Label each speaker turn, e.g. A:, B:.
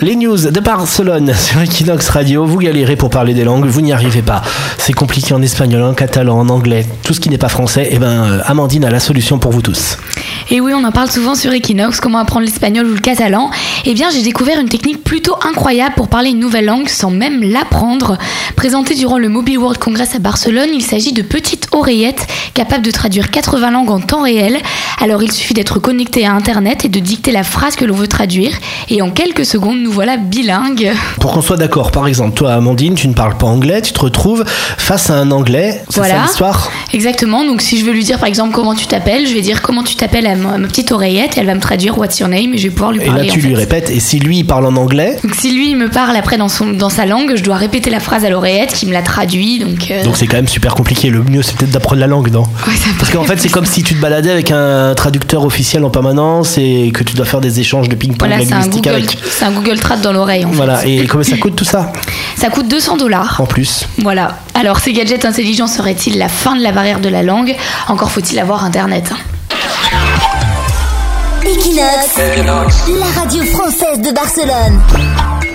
A: Les news de Barcelone sur Equinox Radio, vous galérez pour parler des langues, vous n'y arrivez pas. C'est compliqué en espagnol, en catalan, en anglais, tout ce qui n'est pas français, et ben euh, Amandine a la solution pour vous tous.
B: Et oui, on en parle souvent sur Equinox, comment apprendre l'espagnol ou le catalan. Eh bien, j'ai découvert une technique plutôt incroyable pour parler une nouvelle langue sans même l'apprendre. Présentée durant le Mobile World Congress à Barcelone, il s'agit de petites oreillettes capables de traduire 80 langues en temps réel. Alors, il suffit d'être connecté à Internet et de dicter la phrase que l'on veut traduire. Et en quelques secondes, nous voilà bilingues.
A: Pour qu'on soit d'accord, par exemple, toi Amandine, tu ne parles pas anglais, tu te retrouves face à un anglais, c'est
B: Voilà.
A: ça l'histoire
B: Exactement, donc si je veux lui dire par exemple comment tu t'appelles, je vais dire comment tu t'appelles à ma, ma petite oreillette, elle va me traduire what's your name et je vais pouvoir lui
A: Et là
B: parler.
A: tu
B: en
A: lui
B: fait.
A: répètes, et si lui il parle en anglais,
B: Donc si lui il me parle après dans, son, dans sa langue, je dois répéter la phrase à l'oreillette qui me la traduit. Donc, euh,
A: donc c'est quand même super compliqué, le mieux c'est peut-être d'apprendre la langue, non
B: ouais, ça
A: Parce qu'en
B: paraît
A: fait c'est
B: plus-
A: comme si tu te baladais avec un traducteur officiel en permanence et que tu dois faire des échanges de ping-pong
B: Voilà, c'est un,
A: linguistique
B: Google,
A: avec.
B: c'est un Google Trad dans l'oreille en
A: Voilà, Oh.
B: fait.
A: et comment ça coûte tout ça
B: Ça coûte 200 dollars.
A: en plus
B: Voilà. Alors ces gadgets intelligents seraient-ils la fin de la barrière de la langue Encore faut-il avoir Internet. hein.
C: Equinox, la radio française de Barcelone.